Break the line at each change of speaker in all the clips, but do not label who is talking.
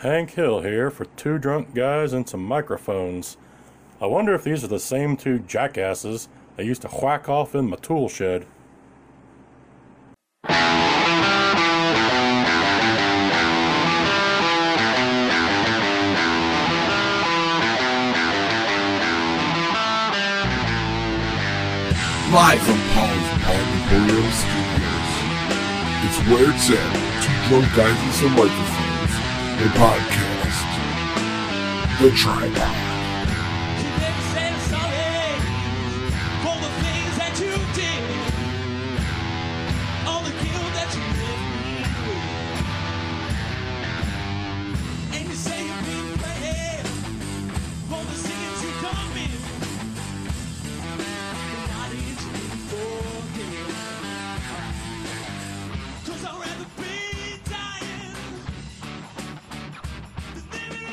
Hank Hill here for Two Drunk Guys and Some Microphones. I wonder if these are the same two jackasses I used to whack off in my tool shed.
Live from Paul's Palmdale Studios. It's where it's at. Two drunk guys and some microphones. A podcast. The Tripod.
You never said sorry for the things that you did, all the guilt that you did. And you say you've been playing for the sins you committed. But why did you forgive? 'Cause I'd rather be dying than living Oh, a lie.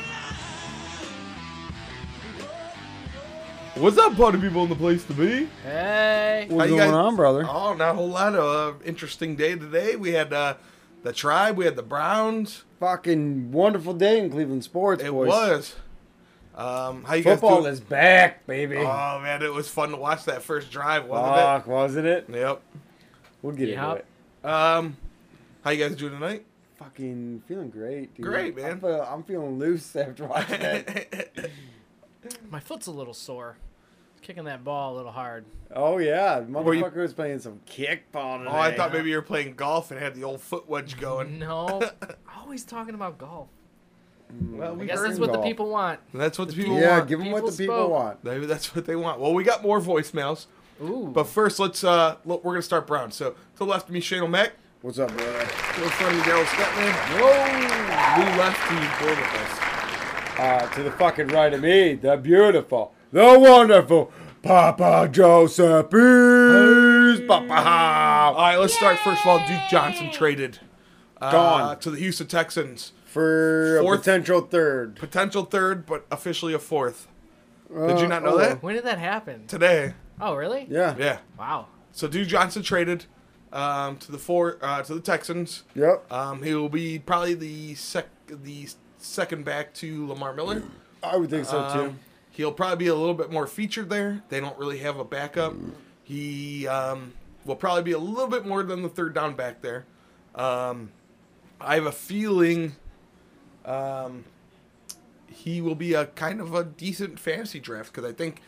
What's up, party people in the place to be?
Hey.
How
What's
you
going
guys-
on, brother?
Oh, not a whole lot of uh, interesting day today. We had uh, the tribe, we had the Browns.
Fucking wonderful day in Cleveland sports,
It
boys.
was. Um, how you guys
Football
doing?
is back, baby.
Oh man, it was fun to watch that first drive, wasn't
Fuck, wasn't it?
it? Yep.
We'll get
Yeah.
into it.
Um, how you guys doing tonight?
Fucking feeling great, dude.
Great,
I
man.
feel, I'm feeling loose after watching that.
My foot's a little sore. Kicking that ball a little hard.
oh yeah,
you-
motherfucker was playing some kickball today.
oh, I thought maybe you were playing golf and had the old foot wedge going.
No. Always talking about golf.
Well, we
Mm-hmm. I guess
heard
that's what the
golf.
people want.
That's what the people
Yeah,
want.
give them what
People
the people
spoke.
want.
Maybe that's what they want. Well, we got more voicemails,
Ooh.
but first, let's uh, look, we're gonna start Brown. So to the left of me, Shane O'Mac.
What's up, brother?
To the front of me, Daryl Stepman.
Whoa!
Lou left the board with us.
Uh, to the fucking right of me, the beautiful, the wonderful Papa Giuseppe's Papa.
All right, let's start. First of all, Duke Johnson traded uh,
Gone.
to the Houston Texans.
for a
Fourth-
potential third.
Potential third, but officially a fourth. Did you not know
oh.
that?
when did that happen?
Today.
Oh, really?
Yeah.
Yeah.
Wow.
So Duke Johnson traded um, to the four uh, to the Texans.
Yep.
Um, he will be probably the sec the second back to Lamar Miller.
I would think so too.
Um, he'll probably be a little bit more featured there. They don't really have a backup. He um, will probably be a little bit more than the third down back there. Um, I have a feeling um, he will be a kind of a decent fantasy draft because I think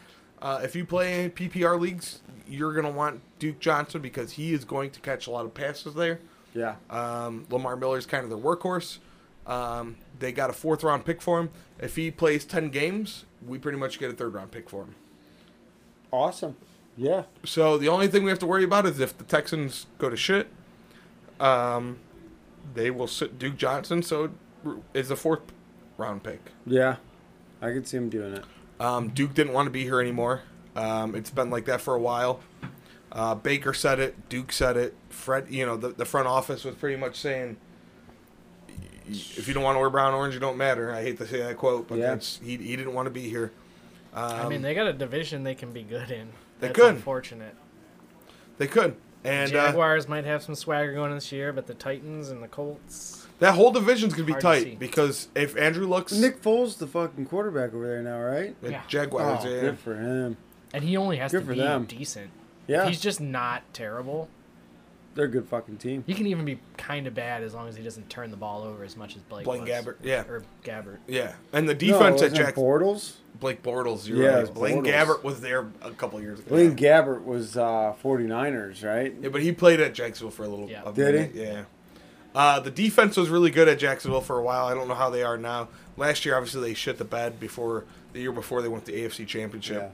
uh, if you play in PPR leagues, you're going to want Duke Johnson because he is going to catch a lot of passes there.
yeah.
Um, Lamar Miller's kind of their workhorse. Um, they got a fourth round pick for him. If he plays 10 games, we pretty much get a third round pick for him.
Awesome. Yeah.
So the only thing we have to worry about is if the Texans go to shit, um, they will sit Duke Johnson, so is the fourth round pick.
Yeah. I could see him doing it.
Um, Duke didn't want to be here anymore. Um, it's been like that for a while. Uh, Baker said it. Duke said it. Fred, you know, the, the front office was pretty much saying, "If you don't want to wear brown and orange, you don't matter." I hate to say that quote, but
Yeah.
that's he, he didn't want to be here.
I
Um,
mean, they got a division they can be good in.
They
That's
could.
unfortunate.
They could, and uh,
Jaguars might have some swagger going this year, but the Titans and the Colts.
uh, that whole division's gonna be
Hard to see.
tight because if Andrew looks,
Nick Foles, the fucking quarterback over there now, right?
the
Yeah.
Jaguars,
Oh,
yeah.
good for him.
And he only has
Good
to
for
be
them.
decent.
Yeah.
He's just not terrible.
They're a good fucking team.
He can even be kind of bad as long as he doesn't turn the ball over as much as Blake.
Blaine
was.
Gabbert, yeah.
Or Gabbert.
yeah, and the
No,
defense at
wasn't
Jackson,
Bortles.
Blake Bortles, you're
Yeah, it was
right. Blaine
Bortles.
Gabbert was there a couple years ago.
Blaine Gabbert was uh, 49ers, right?
Yeah, but he played at Jacksonville for a little.
Yeah.
a
Did he?
minute, Yeah. Uh, the defense was really good at Jacksonville for a while. I don't know how they are now. Last year, obviously, they shit the bed before the year before they went to the AFC Championship.
Yeah.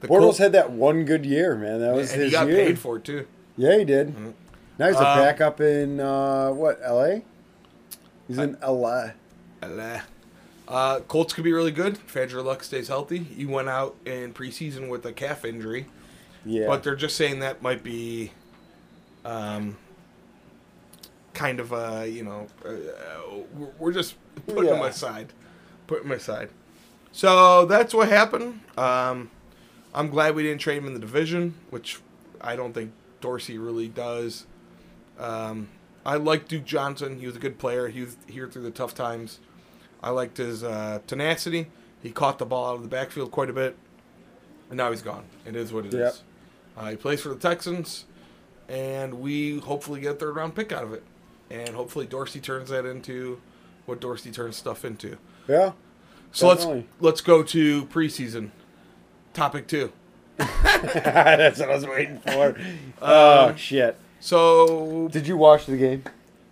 The
Bortles
Colts-
had that one good year, man. That was
and
his
he got
year.
paid for it too.
Yeah, he did. Now he's a
Um,
backup in uh, what LA? He's in LA.
Alah. Uh, Colts could be really good. if Andrew Luck stays healthy. He went out in preseason with a calf injury,
Yeah,
but they're just saying that might be, um, kind of a you know, uh, we're- we're just putting him
Yeah.
aside. Put him aside. So that's what happened. Um, I'm glad we didn't trade him in the division, which I don't think Dorsey really does. Um, I like Duke Johnson. He was a good player. He was here through the tough times. I liked his uh, tenacity. He caught the ball out of the backfield quite a bit, and now he's gone. It is what it is.
Yep.
Uh, he plays for the Texans, and we hopefully get a third round pick out of it, and hopefully Dorsey turns that into what Dorsey turns stuff into.
Yeah.
So let's
Definitely.
let's go to preseason topic two.
That's what I was waiting for.
Um,
oh shit!
So
Did you watch the game?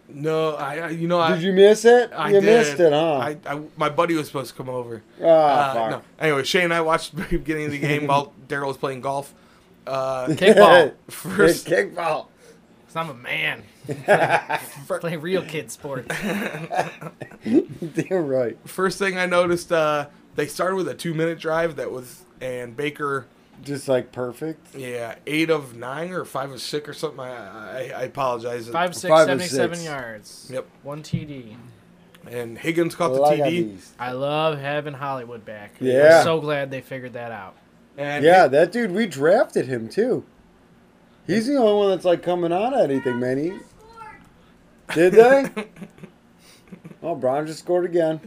no, I, I you know I
Did you miss it?
I
you
did.
missed it, huh?
I, I my buddy was supposed to come over. Uh,
Ah, fuck.
Anyway, Shane and I watched the beginning of the game while Daryl was playing golf. Uh,
Kickball.
first,
kickball.
'Cause I'm a man. Play real kid sports.
You're right.
first thing I noticed, uh, they started with a two-minute drive that was, and Baker,
Just like perfect.
yeah, eight of nine or five of six or something. I, I, I apologize.
Five, six,
Five or
77
six.
yards.
Yep.
One TD.
And Higgins caught the
Like I
TD,
these.
I love having Hollywood back.
Yeah.
I'm so glad they figured that out.
and
Yeah, that dude. We drafted him too. He's the only one that's like coming out of anything, man. He, did they? oh, Brown just scored again.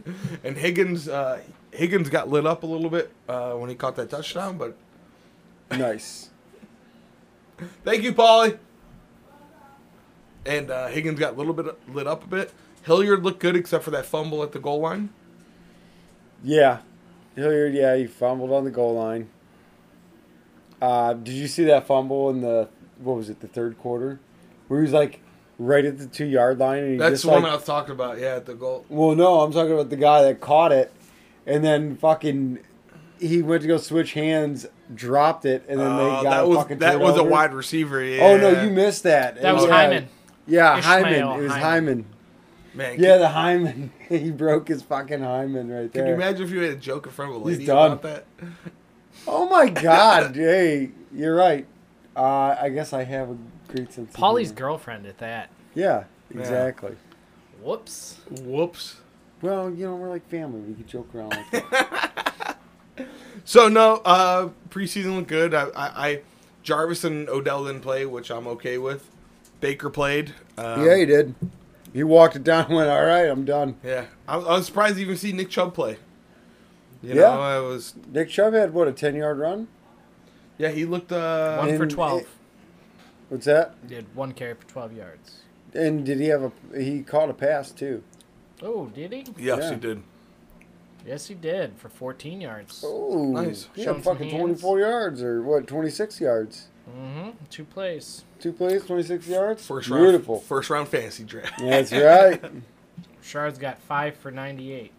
And Higgins, uh, Higgins got lit up a little bit uh, when he caught that touchdown. But
Nice.
thank you, Polly. And uh, Higgins got a little bit lit up a bit. Hilliard looked good except for that fumble at the goal line.
Yeah, Hilliard. Yeah, he fumbled on the goal line. Uh, did you see that fumble in the what was it? The third quarter, where he was like right at the two yard line, and he
That's
just
the one
like
I was talking about. Yeah, at the goal.
Well, no, I'm talking about the guy that caught it, and then fucking he went to go switch hands, dropped it, and then
Uh,
they got
that
a
was
fucking
that was a
turnover.
wide receiver. Yeah.
Oh no, you missed that.
That was
Yeah.
Hyman.
Yeah,
Ishmael
Hyman. It was Hyman.
Hyman.
man.
Yeah,
Can,
the Hyman. he broke his fucking Hyman right there.
can you imagine if you had a joke in front of a
He's
lady about
done.
that?
Oh my god, hey, you're right. Uh, I guess I have a great sense. of
Polly's
humor.
girlfriend at that.
Yeah, exactly.
Whoops.
Whoops.
Well, you know we're like family. We could joke around. Like that.
So no, uh, preseason looked good. I, I, I Jarvis and Odell didn't play, which I'm okay with. Baker played. Um,
yeah, he did. He walked it down. and Went all right. I'm done.
Yeah, I, I was surprised to even see Nick Chubb play. You
Yeah.
know, I was.
Nick Chubb had what a ten yard run.
Yeah, he looked. Uh,
One for
and
12.
What's that?
Did one carry for 12 yards.
And did he have a? He caught a pass too.
Oh, did he?
yes,
Yeah.
he did.
Yes, he did for 14 yards.
Oh,
Nice.
He
Showing
had
some
fucking
hands.
twenty four yards or what? Twenty six yards.
hmm Two plays.
Two plays, twenty six yards.
First round.
Beautiful.
First round fantasy draft.
That's right.
Shard's got five for 98.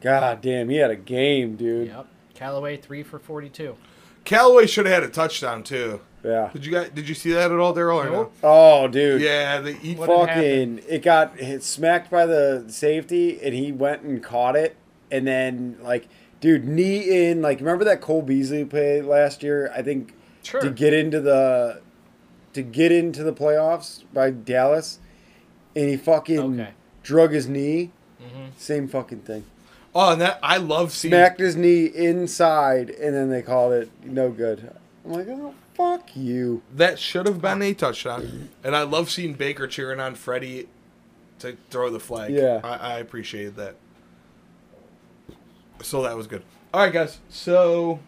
God damn, he had a game, dude.
Yep. Callaway, three for 42.
Callaway should have had a touchdown too.
Yeah.
Did you guys? Did you see that at all, Daryl? Or no?
Nope.
Oh, dude.
Yeah, they eat.
What did
Fucking, it got hit, smacked by the safety, and he went and caught it, and then like, dude, knee in. Like, remember that Cole Beasley play last year? I think
Sure.
to get into the to get into the playoffs by Dallas, and he fucking
Okay. Mm-hmm.
drug his knee. Same fucking thing.
Oh, and that I love seeing.
Smacked his knee inside, and then they called it no good. I'm like, oh fuck you.
That should have been a touchdown, and I love seeing Baker cheering on Freddie to throw the flag.
Yeah.
I, I appreciated that. So that was good. All right, guys. So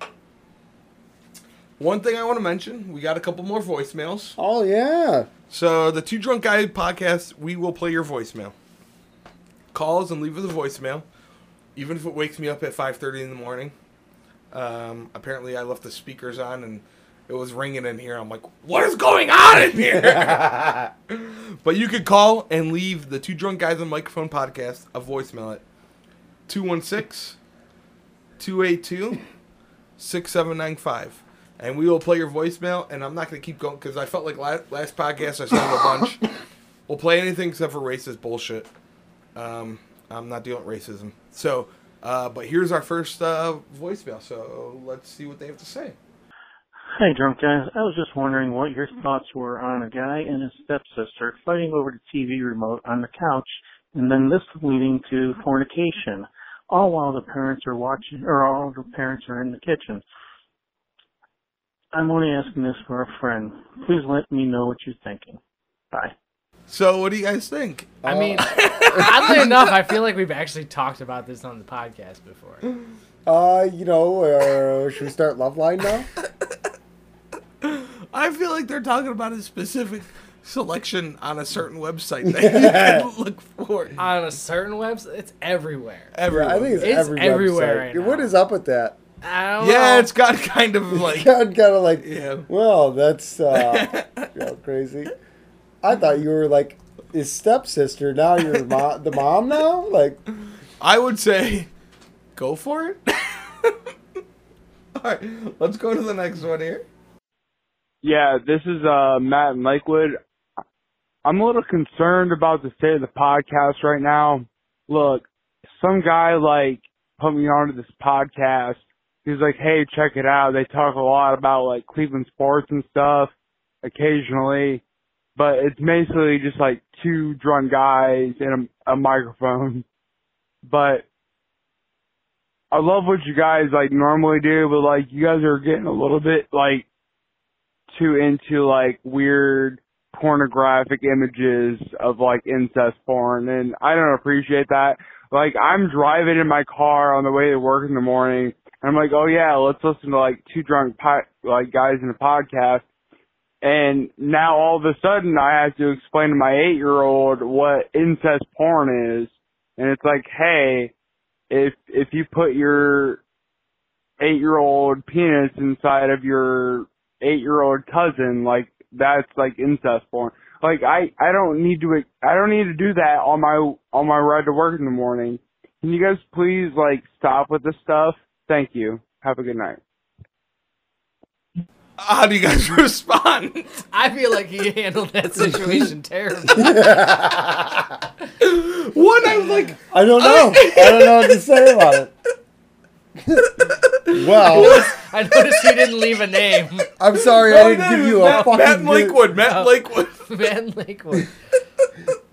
one thing I want to mention: we got a couple more voicemails.
Oh yeah,
So the Two Drunk Guy podcast, we will play your voicemail. Call us and leave us a voicemail, even if it wakes me up at 5:30 in the morning. Um, apparently, I left the speakers on and it was ringing in here. I'm like, what is going on in here? but you could call and leave the Two Drunk Guys on Microphone podcast a voicemail at 216 282 6795 and we will play your voicemail and i'm not going to keep going because i felt like la- last podcast i started a bunch we'll play anything except for racist bullshit um, i'm not dealing with racism so uh, but here's our first uh, voicemail so let's see what they have to say
Hey, drunk guys. I was just wondering what your thoughts were on a guy and his stepsister fighting over the TV remote on the couch, and then this leading to fornication, all while the parents are watching, or all the parents are in the kitchen. I'm only asking this for a friend. Please let me know what you're thinking. Bye.
So what do you guys think?
I mean, oddly enough, I feel like we've actually talked about this on the podcast before.
Uh, you know, uh, should we start Love Line now?
I feel like they're talking about a specific selection on a certain website that you can look for.
On a certain website, it's everywhere.
Everywhere.
Yeah, I think it's,
It's
every
everywhere
website.
right
What
now.
is up with that?
I don't
yeah,
know.
it's got kind of like
God, kind of like,
Yeah.
well, that's uh, you know, crazy. I thought you were like his stepsister. Now you're mo- the mom now? Like,
I would say, go for it. All right, let's go to the next one here.
Yeah, this is uh, Matt in Lakewood. I'm a little concerned about the state of the podcast right now. Look, some guy like put me onto this podcast. He's like, "Hey, check it out. They talk a lot about like Cleveland sports and stuff occasionally, but it's basically just like two drunk guys and a, a microphone." But I love what you guys like normally do, but like you guys are getting a little bit like too into like weird pornographic images of like incest porn and I don't appreciate that. Like I'm driving in my car on the way to work in the morning and I'm like, "Oh yeah, let's listen to like two drunk po- like guys in a podcast." And now all of a sudden I have to explain to my 8-year-old what incest porn is and it's like, "Hey, if if you put your 8-year-old penis inside of your eight year old cousin like that's like incest porn like i i don't need to i don't need to do that on my on my ride to work in the morning can you guys please like stop with this stuff thank you have a good night
How do you guys respond?
I feel like he handled that situation terribly.
One, I'm like,
I don't know. I don't know what to say about it. well,
I noticed he didn't leave a name.
I'm sorry
Oh,
I didn't give you a
Matt,
fucking.
Matt
good-
Lakewood. Matt Lakewood.
Van Lakewood.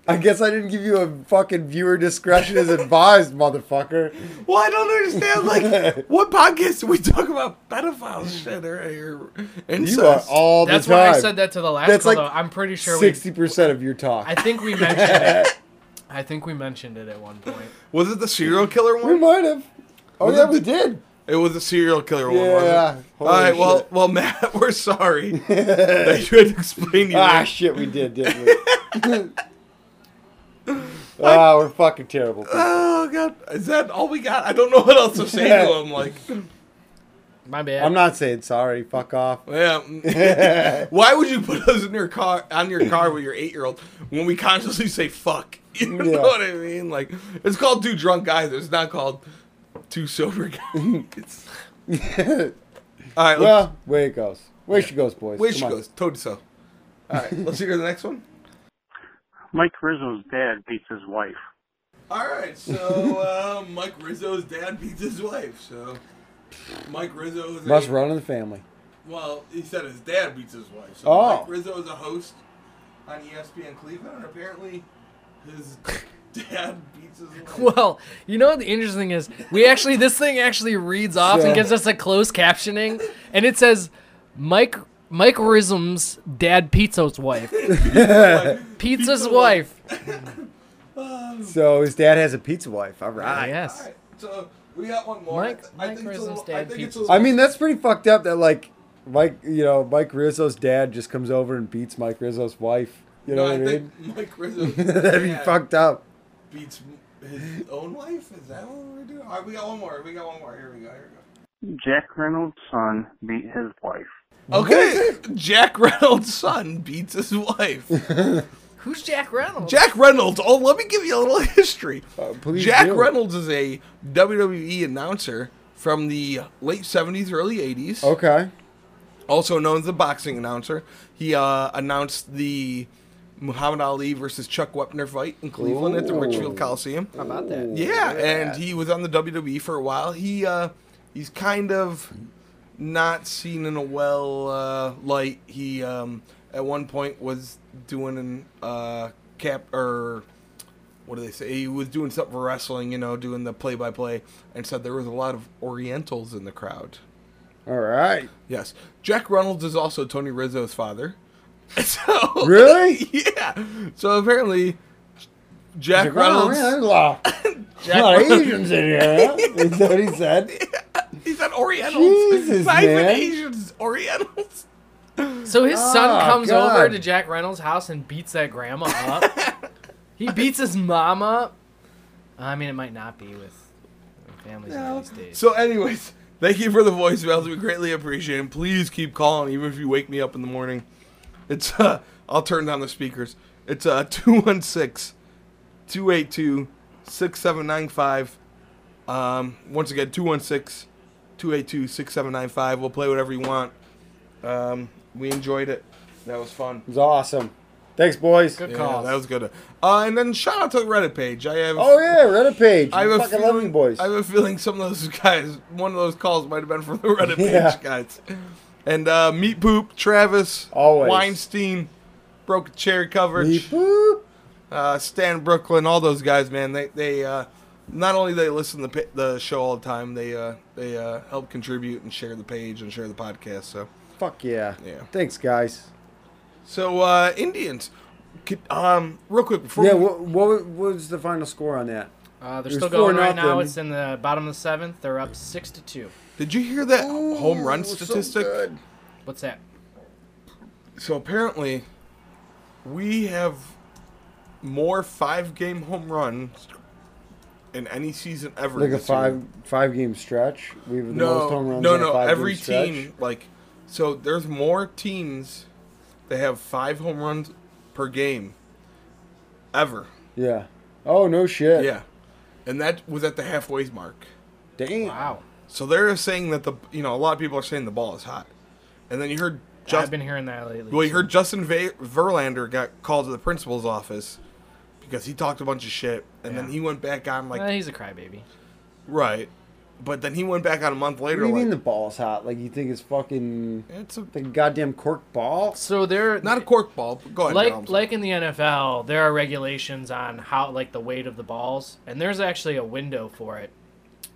I guess I didn't give you a fucking viewer discretion is advised, motherfucker.
Well, I don't understand. Like, what podcast do we talk about pedophile shit or, or incest?
You are all
That's
the time.
why I said that to the last
That's
That's
like
though. I'm pretty sure
Sixty
we.
percent of your talk.
I think we mentioned it. I think we mentioned it at one point.
Was it the serial killer
we
one?
might have. Oh
Was
yeah,
it
we
the-
did.
It was the serial killer one.
Yeah,
Wasn't it? All
holy
right. Well,
shit.
well, Matt, we're sorry that you had to explain you.
Ah
that.
shit, we did, didn't we? ah, we're fucking terrible. people.
Oh god, is that all we got? I don't know what else to say to him. Like,
My bad.
I'm not saying sorry. Fuck off.
yeah. Why would you put us in your car on your car with your eight year old when we consciously say fuck? You know
Yeah.
what I mean? Like, it's called two drunk guys. It's not called two sober guys. all right. Well,
Well, way it goes. Way she goes, boys.
way
Come
she
on.
goes. Toad so. All right. Let's hear the next one.
Mike Rizzo's dad beats his wife.
All right, so uh, Mike Rizzo's dad beats his wife. So Mike Rizzo is
Must
a,
run in the family.
Well, he said his dad beats his wife. So
Oh.
Mike Rizzo is a host on E ESPN Cleveland, and apparently his dad beats his wife.
Well, you know what the interesting is? We actually this thing actually reads off
Yeah.
and gives us a closed captioning, and it says Mike Mike Rizzo's dad pizza's wife. pizza's wife.
So his dad has a pizza wife. All right.
Yes.
So we got one more.
Mike-
I
Mike
think it's a
Rizzo's
little- I
dad
think it's
beats
a
his
little-
I mean, that's pretty fucked up. That like Mike, you know, Mike Rizzo's dad just comes over and beats Mike Rizzo's wife. You know
no, I
what I mean?
think Mike Rizzo's
That'd be
dad
fucked up.
beats his own wife. Is that what we're doing? All right, we got one more. We got one more. Here we go. Here we go.
Jack Reynolds' son beat his wife.
Okay, Jack Reynolds' son beats his wife.
Who's Jack Reynolds?
Jack Reynolds. Oh, let me give you a little history.
please
Jack
do.
Reynolds is a WWE announcer from the late 70s, early 80s.
Okay.
Also known as the boxing announcer. He uh, announced the Muhammad Ali versus Chuck Wepner fight in Cleveland at the
Ooh.
Richfield Coliseum.
How about that?
Yeah, and he was on the WWE for a while. He uh, he's kind of not seen in a well uh, light. He um, at one point was doing an uh, cap or what do they say? He was doing something for wrestling, you know, doing the play by play, and said there was a lot of Orientals in the crowd.
All right.
Yes, Jack Reynolds is also Tony Rizzo's father, So
Really?
yeah. So apparently, Jack
Like, wow,
Reynolds.
man, there's a lot, a lot of Asians in here. huh? Is that what he said?
He's on Orientals.
Jesus,
Not even
man.
Asians. Orientals.
So his son
Oh,
comes
God.
over to Jack Reynolds' house and beats that grandma up. he beats his mom up. I mean, it might not be with families these days.
So, anyways, thank you for the voicemails. We greatly appreciate them. Please keep calling, even if you wake me up in the morning. It's uh, I'll turn down the speakers. It's uh 216 282 6795. Um, once again, 216 282 6795. We'll play whatever you want. Um, we enjoyed it. That was fun.
It was awesome. Thanks, boys.
Good
Yeah,
call.
that was good. Uh, and then shout out to the Reddit page. I have
Oh yeah, Reddit page.
I
I
have a
fucking
feeling,
love you, boys.
I have a feeling some of those guys, one of those calls might have been from the Reddit
Yeah.
page guys. And uh, Meat Poop, Travis,
Always.
Weinstein, Broke Chair
Beep,
Coverage,
boop.
uh, Stan Brooklyn, all those guys, man. They they uh, not only they listen to the, pa- the show all the time, they uh, they uh, help contribute and share the page and share the podcast. So
Fuck yeah.
Yeah.
Thanks, guys.
so uh, Indians, could, um, real quick before
yeah.
we-
What, what was the final score on that?
Uh, they're
It was
still going
four
right now.
nothing.
It's in the bottom of the seventh. They're up six to two.
did you hear that home run statistic?
What's that?
So apparently, we have more five-game home runs in any season ever.
Like a
this year.
five five game stretch. We have the most home
No,
runs.
no,
in a
no.
five-game
Every
stretch.
team, like, so there's more teams that have five home runs per game ever.
Yeah. Oh no shit.
Yeah, and that was at the halfway mark.
Damn.
Wow.
So they're saying that the you know a lot of people are saying the ball is hot, and then you heard
I've
Justin.
been hearing that lately.
Well, you heard Justin Ve- Verlander got called to the principal's office because he talked a bunch of shit, and then
Yeah.
he went back on like
Eh, he's a crybaby.
right, but then he went back on a month
What
later.
do you
like,
mean the ball's hot? Like you think it's fucking
it's a,
the goddamn cork ball?
So they're
not a cork ball. But go ahead.
like
Jones.
like in the NFL, there are regulations on how like the weight of the balls, and there's actually a window for it.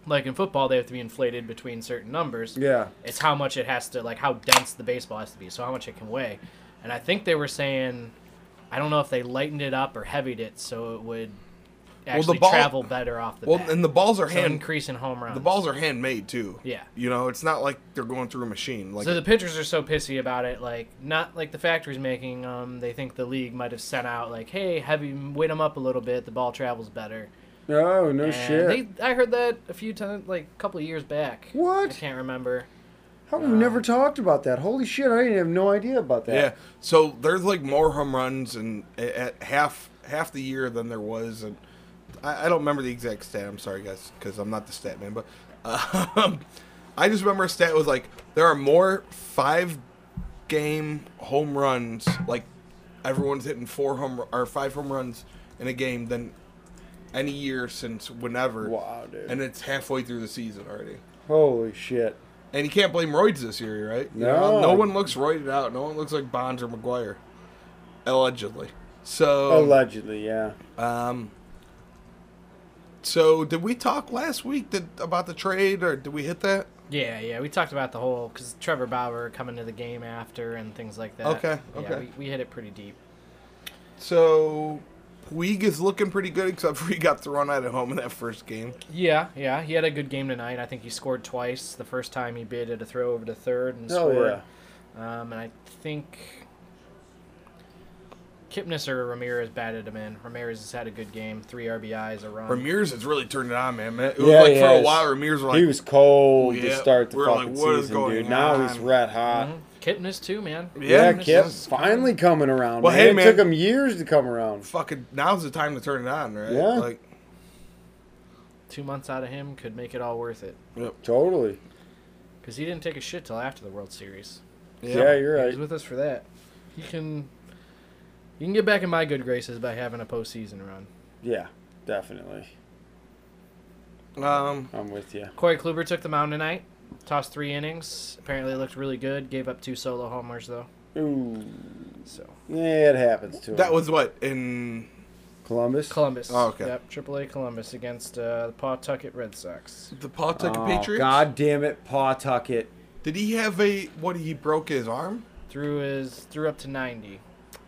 Like in football, they have to be inflated between certain numbers.
Yeah.
It's how much it has to like how dense the baseball has to be, so how much it can weigh. And I think they were saying, I don't know if they lightened it up or heavied it so it would
the
actually
ball-
travel better off the
well,
bat.
and the balls are
so
hand
increase in home runs.
the balls are handmade too.
Yeah.
you know it's not like they're going through a machine. Like
So the pitchers are so pissy about it, like not like the factory's making. Um, they think the league might have sent out like, "Hey, heavy, weight them up a little bit. The ball travels better."
Oh no
And
shit.
They, I heard that a few times, like a couple of years back.
What?
I can't remember.
How we never talked about that? Holy shit! I didn't have no idea about that.
yeah, so there's like more home runs and at half half the year than there was, and I, I don't remember the exact stat. I'm sorry guys, because I'm not the stat man, but um, I just remember a stat was like there are more five game home runs, like everyone's hitting four home or five home runs in a game than any year since whenever.
Wow, dude.
And it's halfway through the season already.
Holy shit.
And you can't blame roids this year, right? You
No.
know, no one looks roided out. No one looks like Bonds or McGuire, allegedly. So,
Allegedly, yeah.
um, so did we talk last week that, about the trade, or did we hit that?
Yeah, yeah. We talked about the whole because Trevor Bauer coming to the game after and things like that.
Okay,
Yeah,
okay.
We, we hit it pretty deep.
So, Puig is looking pretty good, except for he got thrown out at home in that first game.
Yeah, yeah. He had a good game tonight. I think he scored twice. The first time he baited a throw over to third and
Oh
scored.
yeah.
Um, and I think Kipnis or Ramirez batted him in. Ramirez has had a good game, three RBIs, a run.
Ramirez has really turned it on, man. man. It was
Yeah,
like
he
for a
has.
while, Ramirez was like,
he was cold
Yeah,
to start the
we were like,
fucking
what is
season,
going
dude. Now he's
on? Mm-hmm.
red hot.
Mhm. Kipnis too, man.
Yeah,
yeah,
Kip,
this is
finally coming around.
Well,
man.
hey,
it
man.
took him years to come around.
fucking now's the time to turn it on, right?
Yeah.
Like,
Two months out of him could make it all worth it.
Totally.
Because he didn't take a shit till after the World Series.
Yeah, you're
He
right.
was with us for that. He can, you can get back in my good graces by having a postseason run.
Yeah, definitely.
Um,
I'm with you.
Corey Kluber took the mound tonight. Tossed three innings. Apparently looked really good. Gave up two solo homers though.
Ooh,
So
yeah, it happens to him.
That was what in
Columbus.
Columbus.
Oh, okay.
Yep. AAA Columbus against uh, the Pawtucket Red Sox.
the Pawtucket
Oh,
Patriots.
God damn it, Pawtucket.
Did he have a what? He broke his arm.
Threw his threw up to ninety.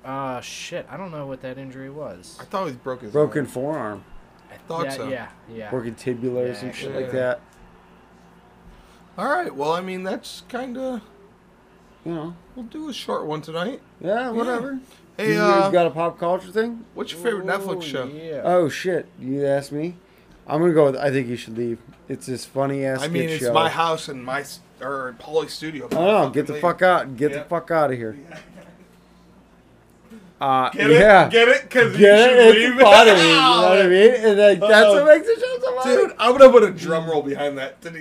Uh, shit. I don't know what that injury was.
I thought he broke his
Broken
Leg.
forearm,
I
thought
yeah,
so.
Yeah, yeah.
broken tibula or some shit like
Yeah.
that.
All right. Well, I mean, that's kind of.
You know,
We'll do a short one tonight.
yeah, whatever.
Hey,
you,
uh,
you got a pop culture thing?
what's your favorite Netflix show?
Yeah.
Oh shit! You asked me. I'm gonna go with. I think you should leave. It's this funny ass.
I mean, it's
show.
my house and my s- or Polly studio.
I don't know. Get the fuck out. Get
Yeah.
the fuck out of here. Uh,
Get
yeah.
it? Get it? Because you
Get
should
it?
leave.
It's funny. You know what I mean? And like, that's what makes the show so funny.
Dude, I'm gonna put a drum roll behind that. Did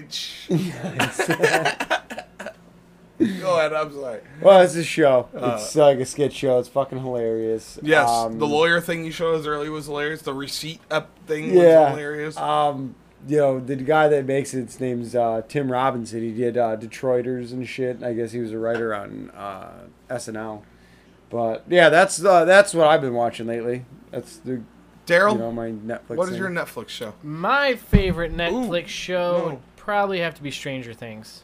he? Go ahead. I'm sorry.
Well, it's a show. it's like a skit show. It's fucking hilarious.
Uh, Yes,
Um,
the lawyer thing you showed us earlier was hilarious. The receipt up thing was
Yeah.
hilarious.
Um, you know, the guy that makes it, his name's uh, Tim Robinson. He did uh, Detroiters and shit. I guess he was a writer on uh, SNL. But yeah, that's uh, that's what I've been watching lately. That's the you
Daryl,
know my Netflix.
what is
thing.
your Netflix show?
My favorite Netflix
Ooh,
show
no.
would probably have to be Stranger Things.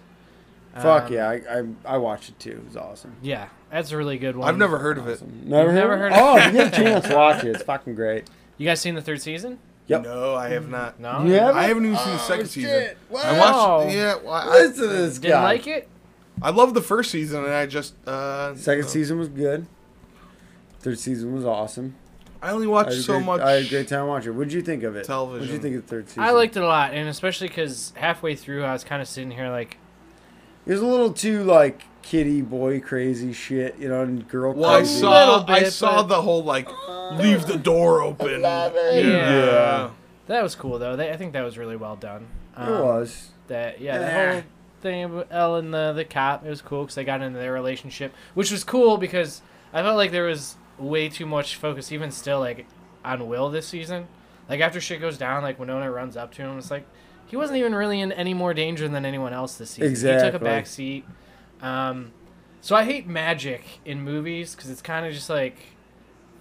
Fuck
Um,
yeah, I, I I watched it too. It was awesome.
Yeah, that's a really good one.
I've never heard of it.
Never,
You've never
heard? of
heard
it? Oh,
of-
if you get a chance, watch it. It's fucking great.
You guys seen the third season?
Yep.
No, I have not.
No.
You haven't?
I haven't even seen the second season. I
Wow.
watched. Yeah, well, I,
Listen to this
Didn't
guy.
like it?
I love the first season, and I just uh,
Second
no.
season was good. Third season was awesome.
I only
I
watched
had a
so
great,
much.
I had a great time watching. it. What'd you think of it? What'd you
Television.
think of the third season?
I liked it a lot, and especially because halfway through, I was kind of sitting here like,
It was a little too like kiddie boy crazy shit, you know, and girl
Well, I
crazy.
saw.
little
I
bit,
saw
but-
the whole like leave the door open.
yeah.
Yeah.
That was cool though. They, I think that was really well done.
It
Um,
was.
That yeah,
Yeah.
the whole thing about Elle and the the cop. It was cool because they got into their relationship, which was cool because I felt like there was way too much focus, even still, like on Will this season. Like after shit goes down, like Winona runs up to him. It's like he wasn't even really in any more danger than anyone else this season. He took a
Exactly.
back seat. Um, so I hate magic in movies because it's kind of just like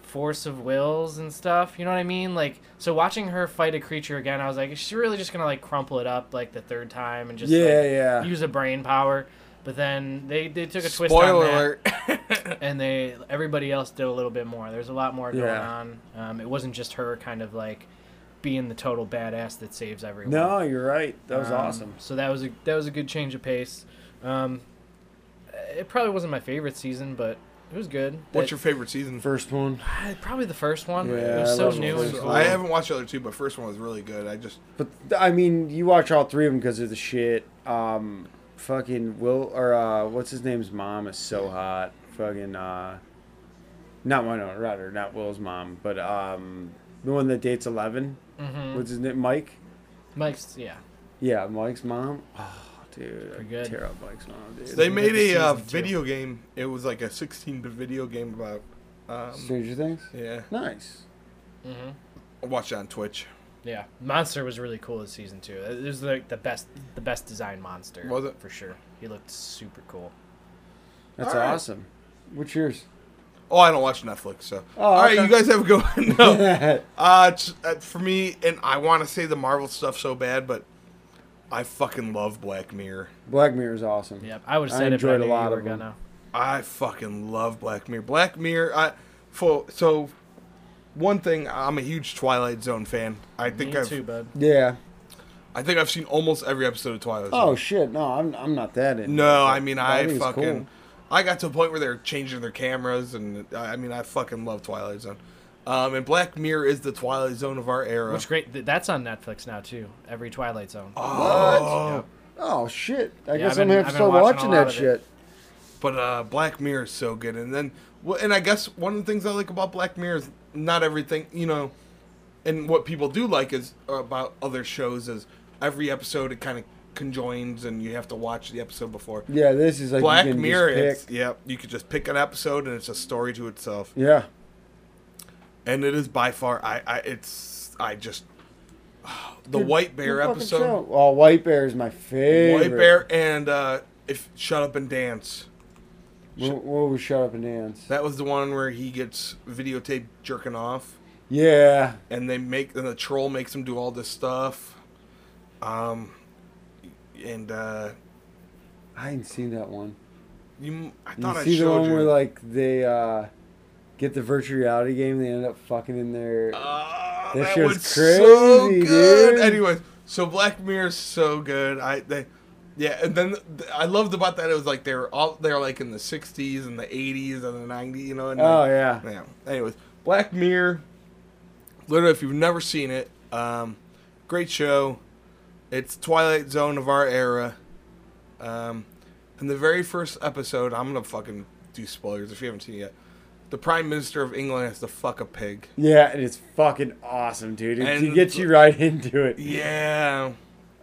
force of wills and stuff. You know what I mean? Like, so watching her fight a creature again, I was like, is she really just gonna like crumple it up like the third time and just
Yeah,
like,
yeah.
use a brain power? But then they they took a twist
Spoiler
on that,
alert.
and they everybody else did a little bit more. There's a lot more going
Yeah.
on. Um, it wasn't just her kind of like being the total badass that saves everyone.
No, you're right. That was
Um,
awesome.
So that was a that was a good change of pace. Um, it probably wasn't my favorite season, but it was good.
What's
That-
your favorite season?
First one.
I- probably the first one.
Yeah,
it was
I
so
love the
new
first
and
one.
cool.
I haven't watched the other two, but first one was really good. I just
But I mean, you watch all three of them because of the shit. Um, fucking Will or uh, what's his name's mom is so hot. Fucking uh, not Winona Ryder, not Will's mom, but um, the one that dates 11
Mm-hmm.
What's his name? Mike.
Mike's yeah.
Yeah, Mike's mom. Oh, dude, I
Pretty good.
tear up Mike's mom, dude.
they made a uh,
season two.
video game. It was like a 16-bit video game about. Um,
Stranger Things.
yeah,
Nice.
I watched it on Twitch.
Yeah, monster was really cool this season too. It was like the best, the best designed monster.
Was it?
for sure? He looked super cool.
That's
All right.
awesome. What's yours?
Oh, I don't watch Netflix, so. All right,
okay.
you guys have a good one. No.
Oh.
yeah,
Uh, it's, uh, for me, and I want to say the Marvel stuff so bad, but I fucking love Black Mirror.
Black Mirror is awesome.
Yep, I would have
I
said it.
enjoyed
But
a
I
lot
lot you
of
were
them.
gonna.
I fucking love Black Mirror. Black Mirror, I for so one thing, I'm a huge Twilight Zone fan. I think
Me
I've
too, bud.
Yeah.
I think I've seen almost every episode of Twilight Zone.
Oh shit! No, I'm I'm not that in.
No, I mean
But
I,
think it's
fucking
cool.
I got to a point where they're changing their cameras and I I mean I fucking love Twilight Zone. Um, and Black Mirror is the Twilight Zone of our era.
Which great. th- That's on Netflix now too. Every Twilight Zone.
Oh.
Oh shit! I
Yeah,
guess
I've
I'm gonna have
been-
to
I've been
start
watching
watching
a lot
that
of it.
shit.
But uh, Black Mirror is so good, and then well, and I guess one of the things I like about Black Mirror is not everything you know, and what people do like is uh, about other shows is every episode it kind of conjoins, and you have to watch the episode before.
Yeah, this is like you
Black
can just
Mirror, it's,
pick-
yeah, you could just pick an episode, and it's a story to itself,
Yeah,
and it is by far I, I it's I just the
Dude,
White Bear
Good fucking
episode,
show. Oh, White Bear is my favorite.
White Bear, and uh, if Shut Up and Dance.
What, what was Shut Up and Dance?
That was the one where he gets videotaped jerking off.
Yeah,
and they make and the troll makes him do all this stuff. Um, and uh,
I ain't seen that one.
you, I
You
thought I
see the
showed
one
you.
where like they uh get the virtual reality game. They ended up fucking in there.
Ah,
That
that
shit
was
was crazy,
so good.
dude.
Anyways, so Black Mirror is so good. I they, yeah, and then th- I loved about that it was like they were all they're like in the '60s and the '80s and the '90s, you know. And
oh
like,
yeah,
yeah. Anyways, Black Mirror. Literally, if you've never seen it, um, great show. It's Twilight Zone of our era. Um, in the very first episode, I'm gonna fucking do spoilers if you haven't seen it yet. The Prime Minister of England has to fuck a pig.
yeah, and it's fucking awesome, dude. It,
And-
it gets you right into it.
Yeah.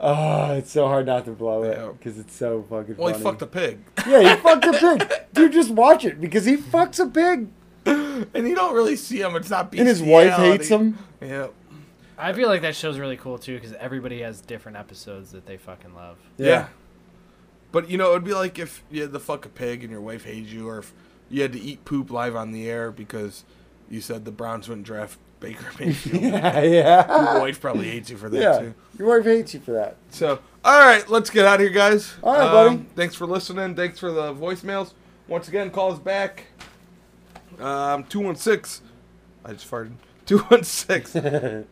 Oh, it's so hard not to blow it
Yeah.
because it's so fucking.
Well,
funny.
he fucked a pig,
Yeah, he fucked a pig, dude. Just watch it because he fucks a pig,
and you don't really see him. It's not.
and his wife
bestiality.
hates him.
Yeah.
I feel like that show's really cool too because everybody has different episodes that they fucking love.
Yeah. But you know, it would be like if you had to fuck a pig and your wife hated you, or if you had to eat poop live on the air because you said the Browns wouldn't draft Baker Mayfield.
yeah, yeah.
Your wife probably hates you for that
Yeah.
too.
Your wife hates you for that.
So, all right, let's get out of here, guys. Um,
All right, buddy.
Thanks for listening. Thanks for the voicemails. Once again, call us back. Um, 216. I just farted. 216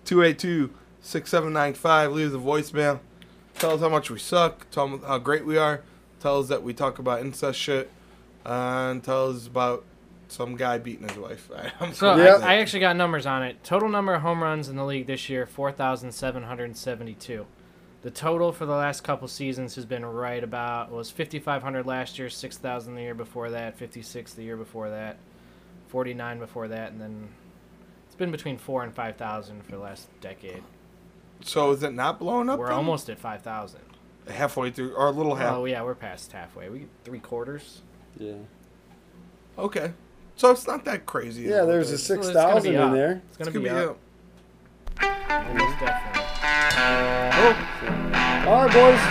282 6795. Leave the voicemail. Tell us how much we suck. Tell us how great we are. Tell us that we talk about incest shit. and tell us about some guy beating his wife. I'm
So
cool
Yeah.
with
I, I
that.
actually got numbers on it. Total number of home runs in the league this year, 4,772. The total for the last couple seasons has been right about was 5,500 last year, 6,000 the year before that, 56 the year before that, 49 before that, and then it's been between four and 5,000 for the last decade.
So is it not blowing up?
We're
then?
almost at 5,000.
halfway through, or a little half.
Oh yeah, we're past halfway. We three quarters.
Yeah,
Okay. So it's not that crazy.
yeah. There's a
So it's
six
gonna
thousand
be
in
up.
there.
It's
It's gonna
gonna
be,
be
up.
up.
Almost definitely.
All right, boys.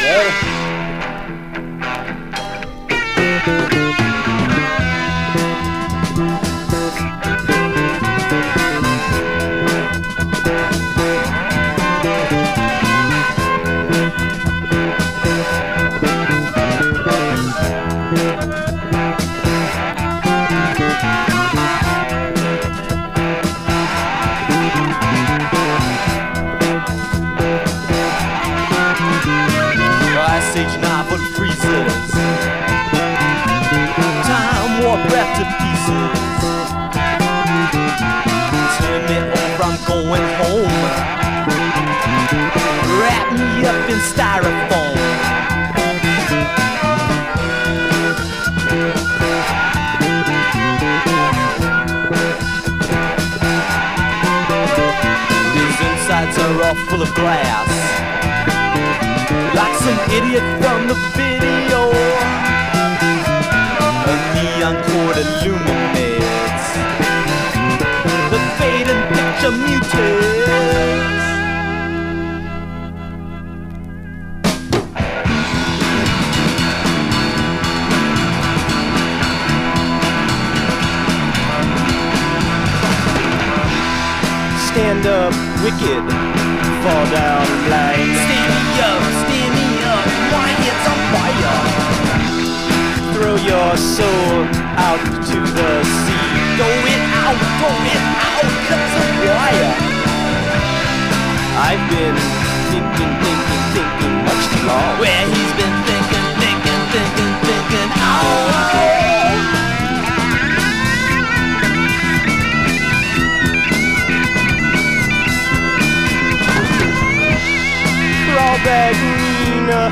See ya.
Later.
Ice Age novel freezes. Time warp wrapped to pieces. Turn me over, I'm going home. Wrap me up in styrofoam. These insides are all full of glass like some idiot from the video. A neon cord illuminates the fading picture mutates. Stand up, wicked. Fall down, like. Stand me up, stand me up. My head's on fire. Throw your soul out to the sea. Throw it out, throw it out. That's a wire. I've been thinking, thinking, thinking much too long. Where he's been thinking, thinking, thinking, thinking. Oh. crawback Nina,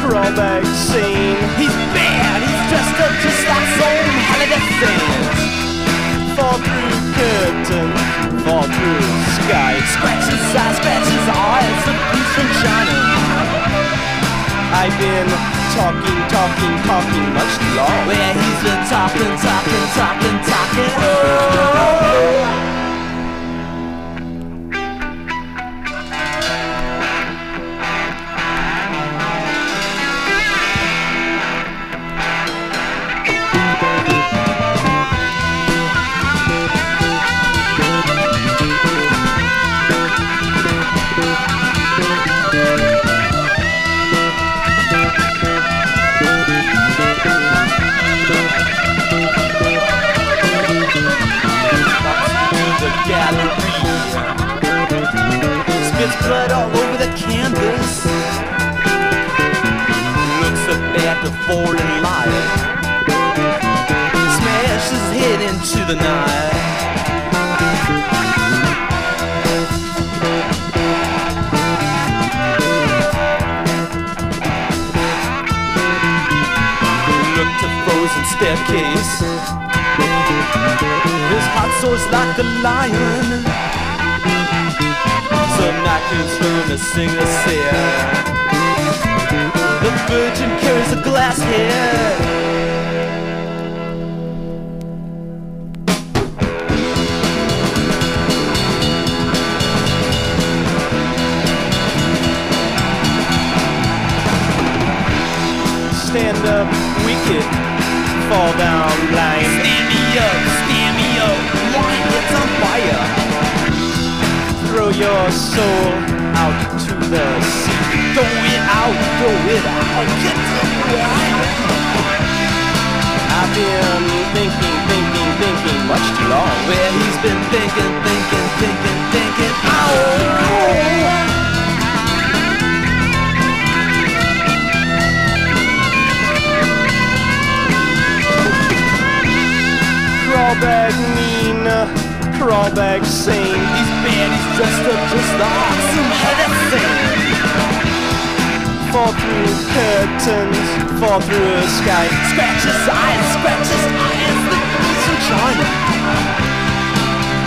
crawback scene. He's bad, he's dressed up just like some holiday fans. Fall through curtain, fall through sky. Scratch his eye, scratch his eye, it's a piece from China. I've been talking, talking, talking much too long. Where he's been talking, talking, talking, talking. Oh. blood all over the canvas. Looks up at the Ford and Lion. Smashes his head into the night. Look to frozen staircase. His hot soul's like the lion. Some night is learn to sing a sin. The virgin carries a glass head. Stand up wicked, fall down blind. Stand me up, stand me up, why it's on fire throw your soul out to the sea. Throw it out, throw it out, get the wild. I've been thinking, thinking, thinking much too long. Well, he's been thinking, thinking, thinking, thinking. Ow! Crawback Nina, crawback uh, Sane. These baddies dressed up just like some anything. Fall through curtains, fall through a sky. Scratch his eyes, scratch his eyes, the reason China.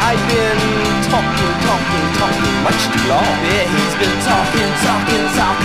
I've been talking, talking, talking much too long. Yeah, he's been talking, talking, talking.